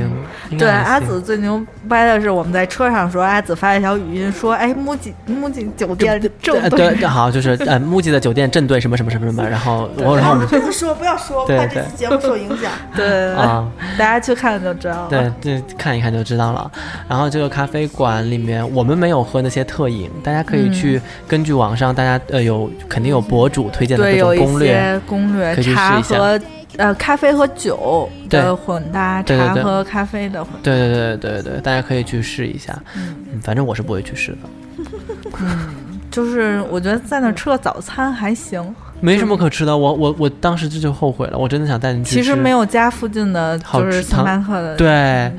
S1: 应该
S2: 嗯对，
S1: 还
S2: 阿
S1: 行
S2: 紫最牛掰的是，我们在车上说，阿紫发了一条语音说：“哎，木槿木槿酒店正
S1: 呃对，对好，就是 呃，木记的酒店正对什么什么什么什么，然后我然后我们
S3: 不要说，不要说，
S1: 对怕这对期
S3: 节目受影响。
S2: 对，
S1: 啊。
S2: 大家去看就知道了。
S1: 对，这看一看就知道了。然后这个咖啡馆里面，我们没有喝那些特饮，大家可
S2: 嗯
S1: 以去根据网上大家呃有肯定有博主推荐的
S2: 对，
S1: 各
S2: 有
S1: 种
S2: 一
S1: 攻略，
S2: 些攻略
S1: 可以去试
S2: 茶
S1: 一下
S2: 和呃咖啡和酒
S1: 对
S2: 的混搭，
S1: 对对
S2: 茶
S1: 对
S2: 和咖啡的混搭。
S1: 对对对对对，大家可以去试一下，嗯反正我是不会去试的，
S2: 就是我觉得在那儿吃个早餐还行，
S1: 没什么可吃的。我我我当时这就后悔了，我真的想带你去吃。
S2: 嗯其实没有家附近的
S1: 好
S2: 就是
S1: 吃
S2: 星巴克的，
S1: 对，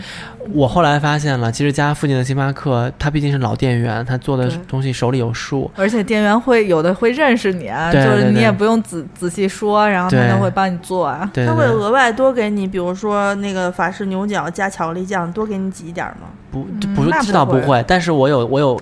S1: 我后来发现了，其实家附近的星巴克，它毕竟是老店员，他做的
S2: 对
S1: 东西手里有数。
S2: 而且店员会有的会认识你啊，就
S1: 对
S2: 是
S1: 对
S2: 你
S1: 对
S2: 也不用仔仔细说，然后他
S1: 对
S2: 都会帮你做啊。
S1: 对
S3: 他
S1: 对
S3: 会
S1: 对，
S3: 额外多给你，比如说那个法式牛角加巧克力酱，多给你挤一点儿吗？
S1: 不不
S2: 嗯那
S1: 是
S2: 不
S1: 知道不
S2: 会
S1: 会，但是我有我有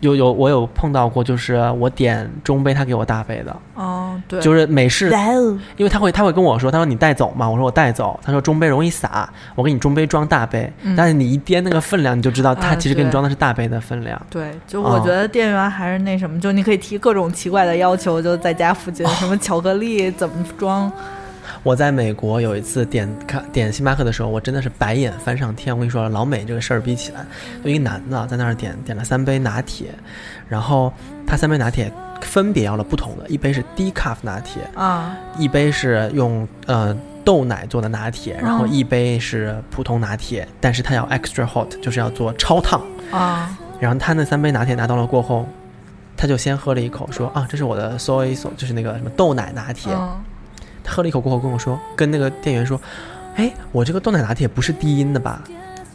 S1: 有有我有碰到过，就是我点中杯，他给我大杯的，
S2: 哦，对，
S1: 就是美式，
S3: 哇哦，
S1: 因为他会他会跟我说，他说你带走嘛，我说我带走，他说中杯容易洒，我给你中杯装大杯，
S2: 嗯
S1: 但是你一掂那个分量，你就知道他
S2: 啊
S1: 其实给你
S2: 对
S1: 装的是大杯的分量。
S2: 对，就
S1: 嗯
S2: 我觉得店员还是那什么，就你可以提各种奇怪的要求，就在家附近
S1: 哦
S2: 什么巧克力怎么 装，
S1: 我在美国有一次点咖点星巴克的时候，我真的是白眼翻上天。我跟你说，老美这个事儿比起来，有一个男的在那儿点点了三杯拿铁，然后他三杯拿铁分别要了不同的，一杯是低 cup 拿铁，
S2: 啊，
S1: 一杯是用呃豆奶做的拿铁，然后一杯是普通拿铁，但是他要 extra hot，就是要做超烫。
S2: 啊，
S1: 然后他那三杯拿铁拿到了过后，他就先喝了一口，说啊，这是我的 soy sauce，就是那个什么豆奶拿铁。
S2: 嗯，
S1: 他喝了一口过后跟我说，跟那个店员说，哎，我这个豆奶拿铁不是低音的吧？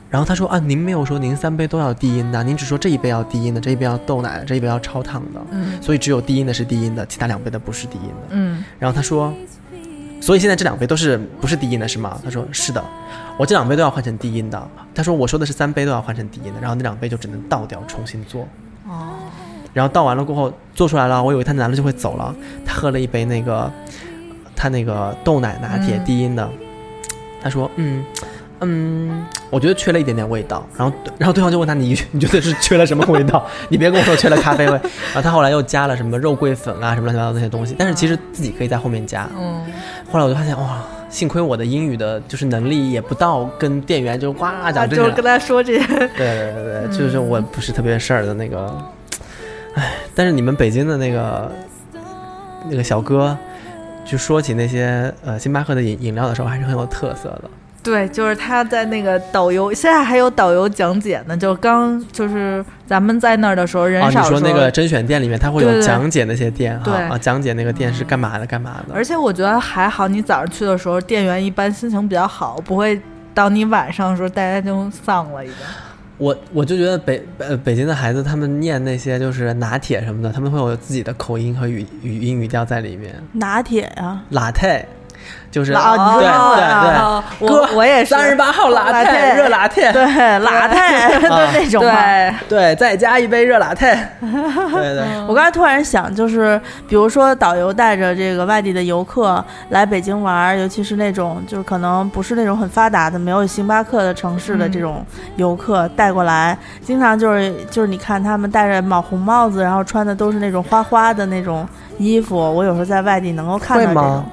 S1: 然后他说啊，您没有说您三杯都要低音的，您只说这一杯要低音的，这一杯要豆奶的，这一杯要超烫的，
S2: 嗯
S1: 所以只有低音的是低音的，其他两杯的不是低音的。
S2: 嗯，
S1: 然后他说，所以现在这两杯都是不是低音的是吗？他说是的，我这两杯都要换成低音的。他说我说的是三杯都要换成低音的，然后那两杯就只能倒掉重新做。
S2: 哦，
S1: 然后倒完了过后做出来了，我以为他拿了就会走了，他喝了一杯那个他那个豆奶拿铁
S2: 嗯
S1: 低音的，他说嗯。嗯，我觉得缺了一点点味道，然后然后对方就问他你你觉得是缺了什么味道？ 你别跟我说缺了咖啡味。然后他后来又加了什么肉桂粉啊什么乱七八糟那些东西，但是其实自己可以在后面加。
S2: 嗯，
S1: 后来我就发现哇，幸亏我的英语的就是能力也不到跟店员就哇
S2: 啊，
S1: 讲这
S2: 就是
S1: 些，
S2: 跟嗯他说这些，
S1: 对 对对对，就是我不是特别事儿的那个，唉，但是你们北京的那个那个小哥，就说起那些呃星巴克的饮饮料的时候，还是很有特色的。
S2: 对，就是他在那个导游，现在还有导游讲解呢，就是刚就是咱们在那儿的时候人
S1: 啊，你
S2: 少的时候，
S1: 说那个甄选店里面，他会
S2: 对
S1: 有
S2: 对
S1: 讲解那些店哈，
S2: 对嗯
S1: 啊，讲解那个店是干嘛的干嘛的。
S2: 而且我觉得还好，你早上去的时候，店员一般心情比较好，不会到你晚上的时候大家就丧了已经。
S1: 我我就觉得北呃北京的孩子，他们念那些就是拿铁什么的，他们会有自己的口音和语语音语调在里面。
S3: 拿铁呀、
S1: 拉泰，就是
S2: 啊你说
S1: 对
S2: 拉
S1: 对
S2: 泰
S1: 哦对，
S2: 啊哦我我也是
S1: 三十八号拉
S2: 拉
S1: 泰
S2: 泰
S1: 热拉泰，
S3: 对，拿 铁就
S1: 啊
S3: 那种嘛。
S1: 对，
S2: 对，
S1: 再加一杯热拿 泰。对对，
S3: 我刚才突然想，就是比如说导游带着这个外地的游客来北京玩儿，尤其是那种就是可能不是那种很发达的、没有星巴克的城市的
S2: 嗯
S3: 这种游客带过来，经常就是就是你看他们戴着网红帽子，然后穿的都是那种花花的那种衣服。我有时候在外地能够看到
S1: 会
S3: 这
S1: 吗
S3: 种。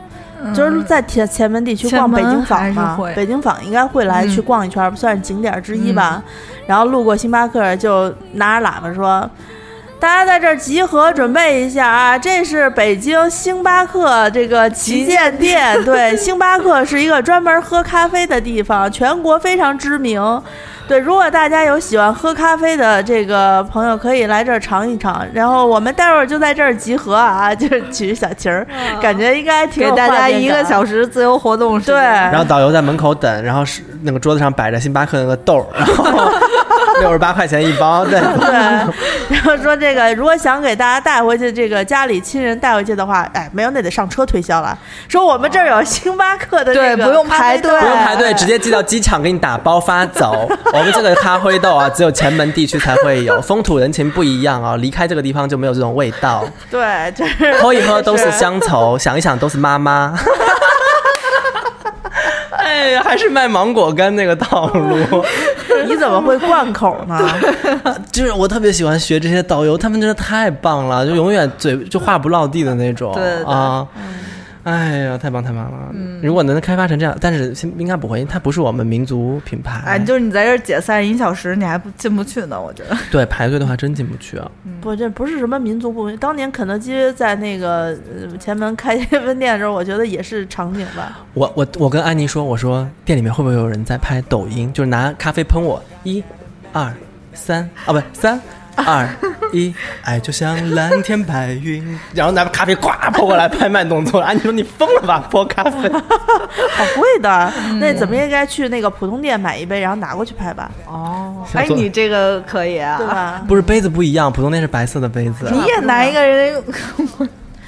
S3: 就是在前前门地区逛北京坊
S2: 嗯前门还
S3: 嘛
S2: 是会，
S3: 北京坊应该会来
S2: 嗯
S3: 去逛一圈，算是景点之一吧。然后路过星巴克，就拿着喇叭说：“大家在这儿集合，准备一下啊！这是北京星巴克这个旗舰店。 对，星巴克是一个专门喝咖啡的地方，全国非常知名。对，如果大家有喜欢喝咖啡的这个朋友，可以来这儿尝一尝。然后我们待会儿就在这儿集合啊，就是举小旗儿，感觉应该
S2: 嗯
S3: 挺
S2: 给
S3: 有
S2: 大
S3: 画
S2: 家
S3: 面
S2: 一个
S3: 感啊
S2: 小时自由活动时间。
S3: 对
S1: 然后导游在门口等，然后是那个桌子上摆着星巴克那个豆儿，然 后六十八块钱一包，对，
S3: 对， 然后说这个，如果想给大家带回去，这个家里亲人带回去的话，哎，没有那得上车推销了。说我们这儿有星巴克的这个
S2: 对不用排队
S3: 咖啡
S1: 不
S3: 豆
S1: 用排队，直接寄到机场给你打包发走。我们这个咖啡豆啊，只有前门地区才会有，风土人情不一样啊，离开这个地方就没有这种味道。
S3: 对，就是
S1: 喝一喝都是乡愁，想一想都是妈 妈。哎呀，还是卖芒果干那个套路，
S3: 你怎么会灌口呢？
S1: 就是我特别喜欢学这些导游，他们真的太棒了，就永远嘴就话不落地的那种
S2: 对对对嗯
S1: 啊。哎呀，太棒太棒了！如果能开发成这样，但是现应该不会，因为它不是我们民族品牌。
S2: 哎，就是你在这儿解散一小时，你还不进不去呢，我觉得。
S1: 对排队的话真进不去啊。
S3: 不，这不是什么民族不民。当年肯德基在那个呃前门开分店的时候，我觉得也是场景吧。
S1: 我我我跟安妮说，我说店里面会不会有人在拍抖音，就是拿咖啡喷我，一、二、三啊，不三。二一，爱就像蓝天白云，然后拿咖啡呱泼过来拍慢动作。安妮说：“你疯了吧，泼咖啡
S3: 好贵的，
S1: 嗯
S3: 那怎么也应该去那个普通店买一杯，然后拿过去拍吧，
S2: 哦，
S1: 想
S2: 哎，
S1: 做
S2: 你这个可以啊，
S3: 对？吧？
S1: 不是杯子不一样，普通店是白色的杯子。
S2: 你也拿一个人，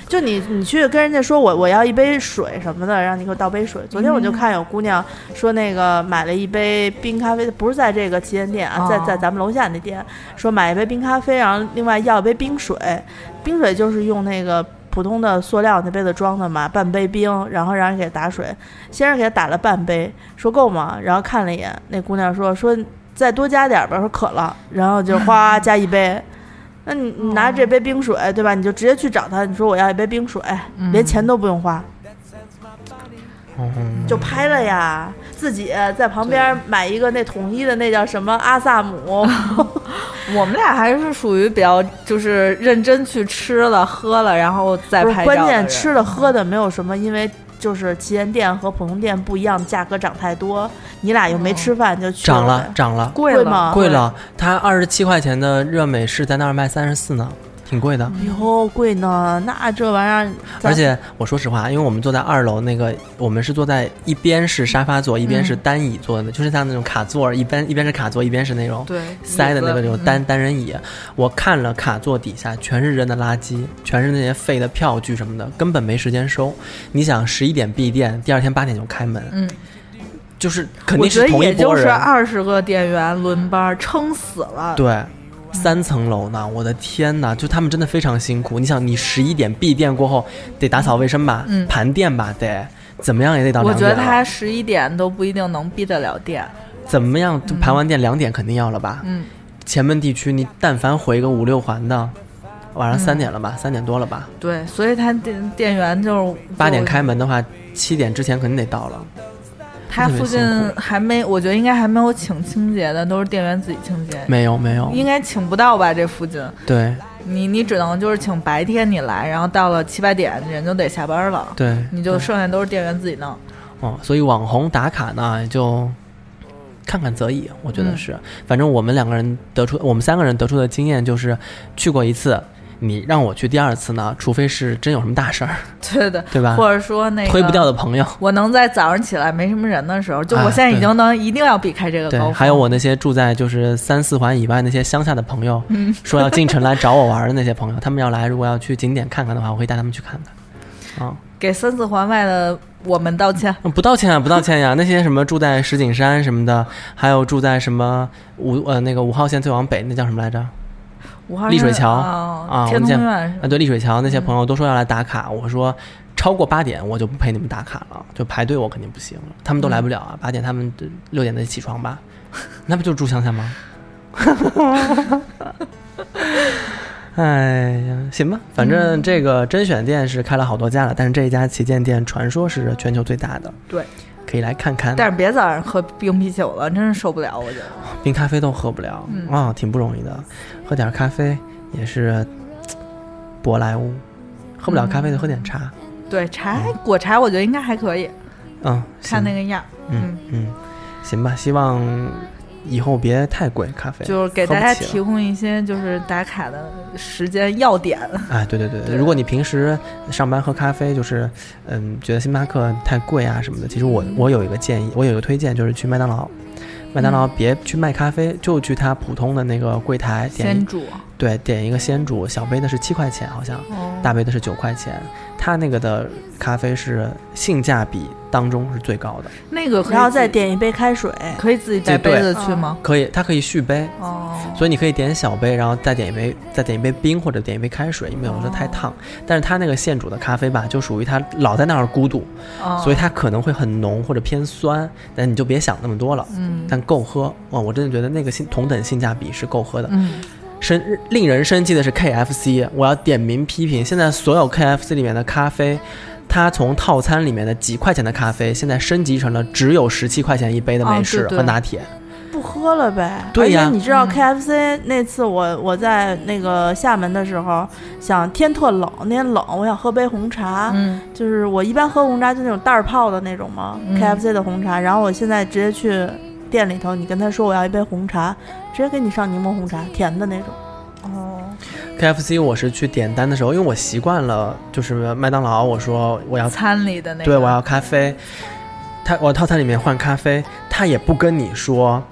S3: 就你你去跟人家说我我要一杯水什么的，让你给我倒杯水。昨天我就看有姑娘说那个买了一杯冰咖啡，不是在这个旗舰店啊，
S2: 哦
S3: 在在咱们楼下那店，说买一杯冰咖啡，然后另外要一杯冰水，冰水就是用那个。普通的塑料那杯子装的嘛，半杯冰，然后让人给打水。先是给他打了半杯，说够吗？然后看了一眼，那姑娘说说再多加点儿吧，说渴了，然后就哗加一杯。那你
S2: 哦
S3: 你拿这杯冰水，对吧？你就直接去找他，你说我要一杯冰水，哎连钱都不用花，
S2: 哦
S1: 嗯，
S3: 就拍了呀。自己在旁边买一个那统一的那叫什么阿 萨姆，
S2: 我们俩还是属于比较就是认真去吃了喝了，然后再
S3: 不是
S2: 拍照的
S3: 关
S2: 人。
S3: 键吃的喝的没有什么，因为就是旗舰店和普通店不一样，价格涨太多。你俩又
S2: 哦
S3: 没吃饭就去
S1: 涨
S3: 了
S1: 了，涨了，
S2: 贵
S3: 贵
S2: 了
S3: 吗
S1: 贵了。它二十七块钱的热美式在那儿卖三十四呢，挺贵的。
S3: 呗，哟哎贵呢，那这玩意儿，咱
S1: 而且我说实话，因为我们坐在二楼那个，我们是坐在一边是沙发座，一边
S2: 嗯
S1: 是单椅坐的，就是像那种卡座，一边一边是卡座，一边是那种
S2: 对嗯
S1: 塞的那个那种
S2: 有
S3: 嗯
S1: 单、单人椅。我看了卡座底下全是扔的垃圾，全是那些废的票据什么的，根本没时间收。你想十一点闭店，第二天八点就开门，
S2: 嗯，
S1: 就是肯
S2: 我
S1: 定
S2: 觉
S1: 是
S2: 得
S1: 同一
S2: 也就
S1: 波
S2: 是
S1: 人。
S2: 二十个店员轮班，撑死了。
S1: 对，三层楼呢，我的天呐，就他们真的非常辛苦。你想，你十一点闭店过后得打扫卫生吧，
S2: 嗯
S1: 盘店吧，得怎么样也得到
S2: 我
S1: 两
S2: 觉
S1: 点
S2: 得
S1: 了。
S2: 他十一点都不一定能闭得了店。
S1: 怎么样就盘完店两点肯定要了吧？
S2: 嗯，
S1: 前门地区你但凡回个五六环的，晚上三点了吧，三点多了吧，
S2: 对，所以他店店员嗯就是
S1: 八点开，门的话，七点之前肯定得到了。
S2: 他附近
S1: 特别辛
S2: 还没，我觉得应该还没有请清洁的，都是店员自己清洁，
S1: 没有没有，
S2: 应该请不到吧？这附近，
S1: 对
S2: 你你只能就是请白天你来，然后到了七八点人就得下班了，
S1: 对，
S2: 你就剩下都是店员自己弄。
S1: 哦，所以网红打卡呢，就看看则已，我
S2: 嗯
S1: 觉得是。反正我们两个人得出，我们三个人得出的经验就是，去过一次，你让我去第二次呢，除非是真有什么大事儿，
S2: 对的，
S1: 对吧？
S2: 或者说那个
S1: 嗯推不掉的朋友，
S2: 我能在早上起来没什么人的时候，就
S1: 哎
S2: 我现在已
S1: 对
S2: 经能一定要避开这个
S1: 对
S2: 高，峰。
S1: 还有我那些住在就是三四环以外那些乡下的朋 友，
S2: 嗯
S1: 说要进城来找我玩的那些朋友，他们要来，如果要去景点看看的话，我会带他们去看看。啊、
S2: 给三四环外的我们道歉。
S1: 嗯不道歉啊，不道歉呀、 那些什么住在石景山什么的，还有住在什么五呃那个五号线最往北那叫什么来着？
S2: 五号
S1: 丽水
S2: 山
S1: 桥
S2: 哦
S1: 啊
S2: 天
S1: 我
S2: 通
S1: 见
S2: 苑
S1: 啊，对，丽水桥那些朋友都说要来打卡，我说超过八点我就不陪你们打卡了，就排队我肯定不行了，他们都来不了啊，八点他们呃六点得起床吧，那不就住乡下吗？ 哎呀，行吧，反正这个甄选店是开了好多家了，但是这一家旗舰店传说是全球最大的，
S2: 对，
S1: 可以来看看。
S2: 但是别早上喝冰啤酒了，真是受不了，我觉得。
S1: 冰咖啡都喝不了啊、
S2: 嗯
S1: 挺不容易的。喝点咖啡也是嘖舶来物，喝不了咖啡就喝点茶。
S2: 对，茶果茶我觉得应该还可以，
S1: 嗯，
S2: 看那
S1: 个，
S2: 个样儿，
S1: 嗯嗯，行吧，希望以后别太贵咖啡，
S2: 就是给大
S1: 喝不
S2: 家
S1: 起了
S2: 提供一些就是打卡的时间要点。
S1: 哎，对对对，
S2: 对
S1: 如果你平时上班喝咖啡，就是嗯，觉得星巴克太贵啊什么的，其实我
S2: 嗯
S1: 我有一个建议，我有一个推荐，就是去麦当劳。麦当
S2: 嗯
S1: 劳别去卖咖啡，就去它普通的那个柜台点
S2: 先
S1: 一，
S2: 煮，
S1: 对，点一个鲜煮，小杯的是七块钱，好像，
S2: 哦
S1: 大杯的是九块钱，它那个的咖啡是性价比当中是最高的，
S2: 那个可以
S3: 然后
S2: 自己
S3: 再点一杯开水，
S2: 可以自己带
S1: 自己
S2: 杯
S1: 兑
S2: 子去吗？
S1: 可以，它可以续杯，
S2: 哦，
S1: 所以你可以点小杯，然后再点一杯，再点一杯冰或者点一杯开水，因为有的太烫。但是它那个现煮的咖啡吧，就属于它老在那儿咕嘟，
S2: 哦
S1: 所以它可能会很浓或者偏酸，但你就别想那么多了。
S2: 嗯
S1: 但够喝哇！我真的觉得那个性同等性价比是够喝的。
S2: 嗯，
S1: 生令人生气的是 KFC，我要点名批评现在所有 KFC 里面的咖啡，它从套餐里面的几块钱的咖啡，现在升级成了只有十七块钱一杯的
S2: 哦
S1: 美
S2: 对
S1: 式
S2: 对
S1: 和拿铁。
S3: 不喝了呗。
S1: 对呀
S3: 而且你知道
S2: 嗯
S3: KFC 那次我我在那个厦门的时候，想天特冷，那天冷，我想喝杯红
S1: 啊
S3: 茶。
S2: 嗯，
S3: 就是我一般喝红茶就那种袋儿泡的那种嘛、
S2: 嗯
S3: k f c 的红茶。然后我现在直接去店里头，你跟他说我要一杯红茶，直接给你上柠檬红茶，甜的那种。
S2: 哦，
S1: KFC 我是去点单的时候，因为我习惯了，就是麦当劳，我说我要
S2: 餐里的
S1: 啊
S2: 那个，
S1: 对，我要咖啡。他我套餐里面换咖啡，他也不跟你说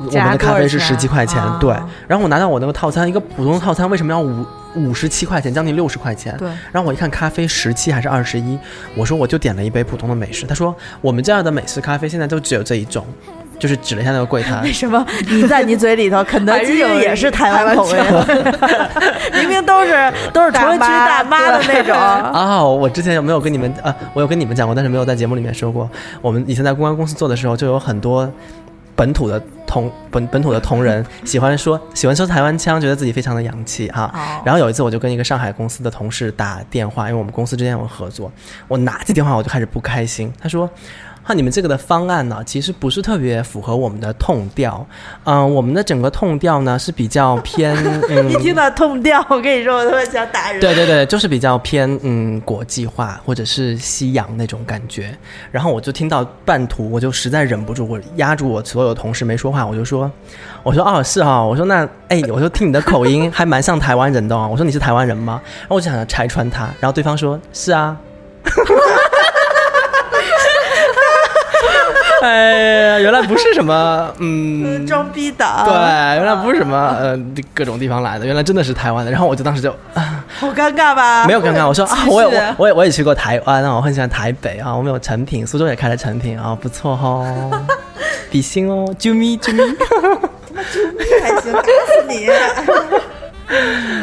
S1: 我
S2: 加
S1: 们的
S2: 多
S1: 咖
S2: 少
S1: 啡是
S2: 钱
S1: 十七块钱，
S2: 啊
S1: 对。然后我拿到我那个套餐，一个普通套餐为什么要五五十七块钱，将近六十块钱？
S2: 对，
S1: 然后我一看咖啡十七还是二十一，我说我就点了一杯普通的美式。他说我们这儿的美式咖啡现在就只有这一种，就是指了一下那个柜台
S3: 为。什 么你在你嘴里头，肯德
S2: 还是
S3: 基
S2: 有人
S3: 也是台湾口味
S2: 台
S3: 的？ 明明都是都是同区大妈的 那种。
S1: 哦，我之前有没有跟你们啊？我有跟你们讲过，但是没有在节目里面说过。我们以前在公关公司做的时候，就有很多本土的同本本土的同仁喜欢说喜欢说台湾腔，觉得自己非常的洋气哈、
S2: 哦
S1: 然后有一次，我就跟一个上海公司的同事打电话，因为我们公司之间有合作，我拿起电话我就开始不开心。他说。啊，你们这个的方案呢、其实不是特别符合我们的痛调，嗯、我们的整个痛调呢是比较偏，嗯，
S3: 一听到痛调，我跟你说，我他妈想打人。
S1: 对对对，就是比较偏嗯国际化或者是西洋那种感觉。然后我就听到半途，我就实在忍不住，我压住我所有同事没说话，我就说，我说哦是哦，我说那哎，我说听你的口音还蛮像台湾人的哦，我说你是台湾人吗？然后我就想着拆穿他，然后对方说是啊。哎呀，原来不是什么， 嗯，
S3: 装逼党。
S1: 对，原来不是什么，呃，各种地方来的，原来真的是台湾的。然后我就当时就，
S3: 好尴尬吧？
S1: 没有尴尬，我说啊，我有
S2: 继续
S1: 我我也我也去过台湾啊，我很喜欢台北啊，我们有成品，苏州也开了成品啊，不错哦，比心哦，啾咪啾咪，
S3: 还行，干死你！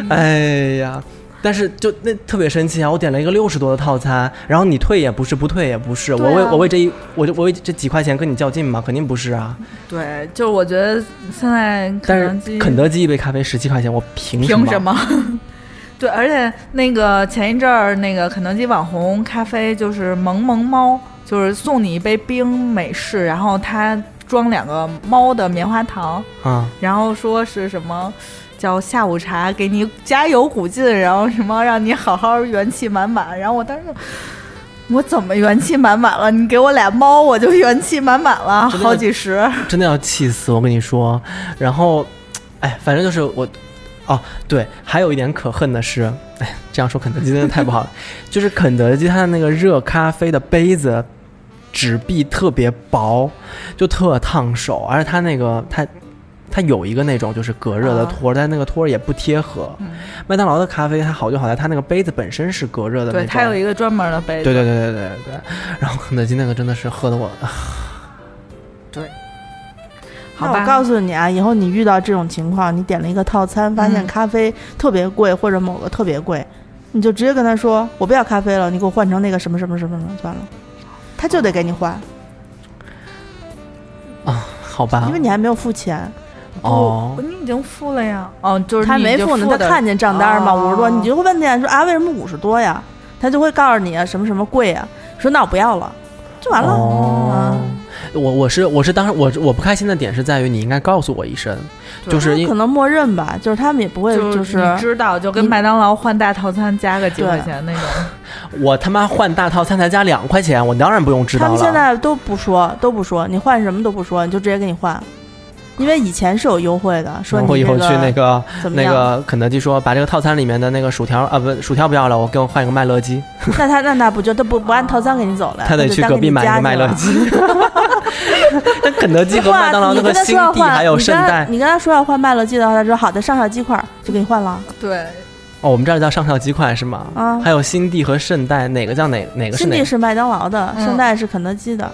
S1: 哎呀。但是就那特别生气啊！我点了一个六十多的套餐，然后你退也不是，不退也不是，
S3: 对
S1: 我
S3: 啊
S1: 为我为这一我就我为这几块钱跟你较劲吗？肯定不是啊！
S2: 对，就是我觉得现在
S1: 但
S2: 肯德
S1: 是
S2: 基
S1: 肯德基一杯咖啡十七块钱，我凭
S2: 凭
S1: 什
S2: 什么？ 对，而且那个前一阵儿那个肯德基网红咖啡就是萌萌猫，就是送你一杯冰美式，然后它装两个猫的棉花糖，
S1: 啊？
S2: 然后说是什么叫下午茶，给你加油鼓劲，然后什么让你好好元气满满。然后我当时就，我怎么元气满满了？你给我俩猫，我就元气满满了，
S1: 真的
S2: 好几十。
S1: 真的要气死我跟你说。然后，哎，反正就是我，哦，对，还有一点可恨的是，哎，这样说肯德基真的太不好了， 就是肯德基它的那个热咖啡的杯子。纸壁特别薄，就特烫手，而且它那个它它有一个那种就是隔热的
S2: 啊
S1: 托儿，但那个托儿也不贴合。
S2: 嗯
S1: 麦当劳的咖啡它好就好在它那个杯子本身是隔热的那
S2: 对，
S1: 种，
S2: 它有一个专门的杯
S1: 对
S2: 子。
S1: 对对对对对。然后肯德基那个真的是喝的我，
S2: 好
S3: 那
S2: 吧
S3: 我告诉你啊，以后你遇到这种情况，你点了一个套餐，发现
S2: 嗯
S3: 咖啡特别贵，或者某个特别贵，你就直接跟他说：“我不要咖啡了，你给我换成那个什么什么什么什么算了。”他就得给你换，
S1: 好吧
S3: 因为。你还没有付钱，
S1: 哦，
S2: 你已经付了呀。哦，就是
S3: 他
S2: 你已
S3: 没
S2: 经
S3: 付呢，他
S2: 的
S3: 看见账单嘛，
S2: 哦
S3: 五十多，你就会问店员说：“啊，为什么五十多呀？”他就会告诉你啊，什么什么贵呀，说那我不要了，就完了。
S1: 哦
S3: 啊，
S1: 我我是我是当时我我不开心的点是在于你应该告诉我一声，
S2: 对
S1: 就是
S3: 他
S1: 因
S3: 可能默认吧，就是他们也不会
S2: 就
S3: 就是
S2: 你知道，就跟
S3: 你
S2: 麦当劳换大套餐加个几块
S3: 对
S2: 钱那种。
S1: 我他妈换大套餐才加两块钱，我当然不用知
S3: 他
S1: 道
S3: 们现
S1: 了。
S3: 在都不说，都不说，你换什么都不说，你就直接给你换，因为以前是有优惠的，说
S1: 然
S3: 你、
S1: 后
S3: 这
S1: 以后去那
S3: 那
S1: 个
S3: 怎么
S1: 那
S3: 样？
S1: 个肯德基说，把这个套餐里面的那个薯条啊不薯条不要了，我给我换一个麦乐鸡，
S3: 那他那那不就他不不按套餐给你走了，
S1: 他得
S3: 就
S1: 去
S3: 单
S1: 隔
S3: 给
S1: 壁
S3: 你
S1: 买一
S3: 加
S1: 个
S3: 去
S1: 麦乐
S3: 了。
S1: 鸡。 那肯德基
S3: 你
S1: 和麦
S3: 换，
S1: 当劳那
S3: 你
S1: 个
S3: 跟他
S1: 新
S3: 说要
S1: 地
S3: 换，
S1: 还有
S3: 你
S1: 圣
S3: 跟他
S1: 代
S3: 你跟他说要换麦乐鸡的话，他说好的，上下鸡块儿就给你换了。
S2: 对，
S1: 哦，我们这儿叫上校鸡块是吗？
S3: 啊
S1: 还有新地和圣代哪个叫哪哪个是
S3: 新
S1: 哪
S3: 地
S1: 个？
S3: 是麦当劳的，
S2: 嗯
S3: 圣代是肯德基的。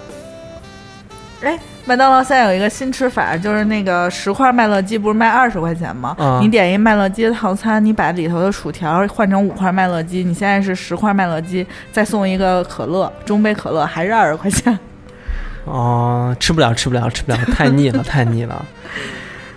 S2: 麦当劳现在有一个新吃法，就是那个十块麦乐鸡不是卖二十块钱吗？
S1: 嗯
S2: 你点一麦乐鸡的套餐，你把里头的薯条换成五块麦乐鸡，你现在是十块麦乐鸡，再送一个可乐，中杯可乐还是二十块钱。
S1: 哦，吃不了，吃不了，吃不了，太腻 了，太腻了。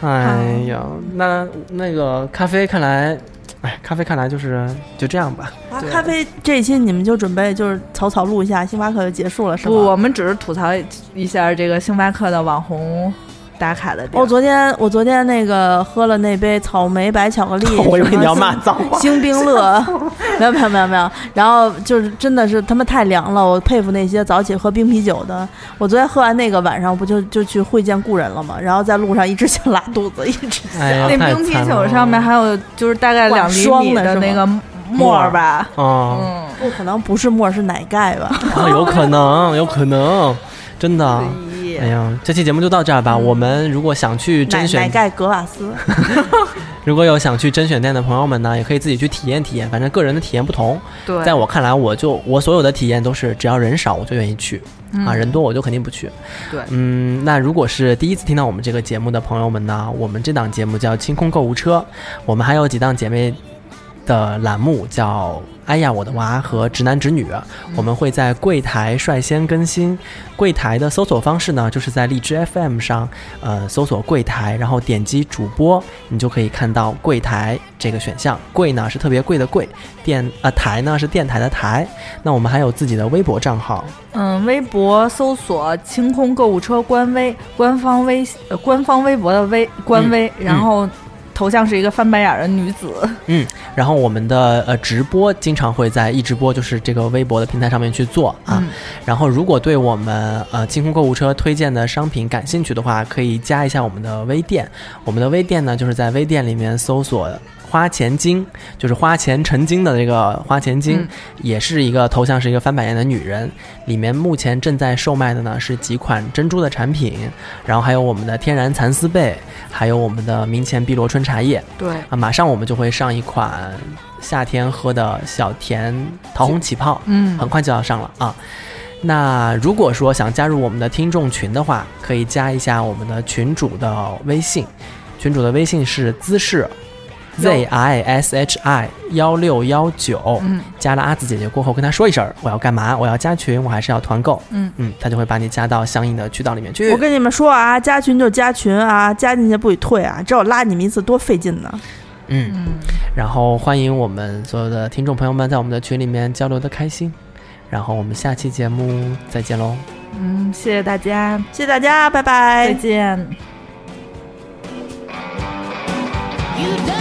S1: 哎呀，那那个咖啡看来哎，咖啡看来就是就这样吧。
S3: 啊
S2: 对
S3: 咖啡这一期你们就准备就是草草录一下，星巴克就结束了是
S2: 不，
S3: 吗？
S2: 我们只是吐槽一下这个星巴克的网红打卡的地
S3: 我
S2: 儿。
S3: 哦昨天我昨天那个喝了那杯草莓白巧克力
S1: ，我以为你要骂
S3: 什么
S1: 脏话。
S3: 星冰乐，没有没有没有没有，然后就是真的是他妈太凉了，我佩服那些早起喝冰啤酒的。我昨天喝完那个晚上不就就去会见故人了吗？然后在路上一直想拉肚子， 一直想。
S1: 哎呀，
S2: 那
S1: 太
S2: 冰啤
S1: 惨
S2: 酒
S1: 了
S2: 上面还有就是大概两厘米的那个沫儿吧，
S1: 哦，
S2: 嗯，
S3: 不可能不是沫儿是奶盖吧？
S1: 啊，有可能，有可能，真的。哎呀，这期节目就到这儿吧。
S2: 嗯
S1: 我们如果想去
S3: 奶
S1: 甄
S3: 奶
S1: 选，
S3: 盖格瓦斯。
S1: 如果有想去甄选店的朋友们呢，也可以自己去体验体验，反正个人的体验不同。
S2: 对，
S1: 在我看来，我就我所有的体验都是，只要人少我就愿意去，啊，
S2: 嗯
S1: 人多我就肯定不去。
S2: 对
S1: 嗯，那如果是第一次听到我们这个节目的朋友们呢，我们这档节目叫《清空购物车》，我们还有几档姐妹的栏目叫《哎呀我的娃》和《直男直女》，啊我们会在柜台率先更新。柜台的搜索方式呢，就是在荔枝 FM 上，呃，搜索柜台，然后点击主播，你就可以看到柜台这个选项。柜呢是特别贵的贵，电啊、台呢是电台的台。那我们还有自己的微博账号，
S2: 嗯，微博搜索“清空购物车”官微、官方微、呃、官方微博的微
S1: 嗯
S2: 官微，然后头像是一个翻白眼儿的女子。
S1: 然后我们的呃直播经常会在一直播，就是这个微博的平台上面去做啊。
S2: 嗯
S1: 然后如果对我们呃清空购物车推荐的商品感兴趣的话，可以加一下我们的微店。我们的微店呢，就是在微店里面搜索。花钱精就是花钱成精的这个花钱精，
S2: 嗯
S1: 也是一个头像是一个翻白眼的女人。里面目前正在售卖的呢是几款珍珠的产品，然后还有我们的天然蚕丝被，还有我们的明前碧螺春茶叶。
S2: 对，
S1: 啊，马上我们就会上一款夏天喝的小甜桃红起泡，
S2: 嗯
S1: 很快就要上了啊。那如果说想加入我们的听众群的话，可以加一下我们的群主的微信，群主的微信是姿势 Z I S H I 幺六幺九，
S2: 嗯
S1: 加了阿紫姐姐过后，跟她说一声儿我要干嘛，我要加群，我还是要团购，
S2: 嗯
S1: 嗯，她就会把你加到相应的渠道里面去。
S3: 我跟你们说啊，加群就加群啊，加进去不许退啊，这我拉你们一次多费劲呢。
S1: 嗯，
S2: 嗯，
S1: 然后欢迎我们所有的听众朋友们在我们的群里面交流的开心，然后我们下期节目再见喽。
S2: 嗯，谢谢大家，
S3: 谢谢大
S1: 哎
S3: 家，拜拜。
S2: 再见。
S4: You don't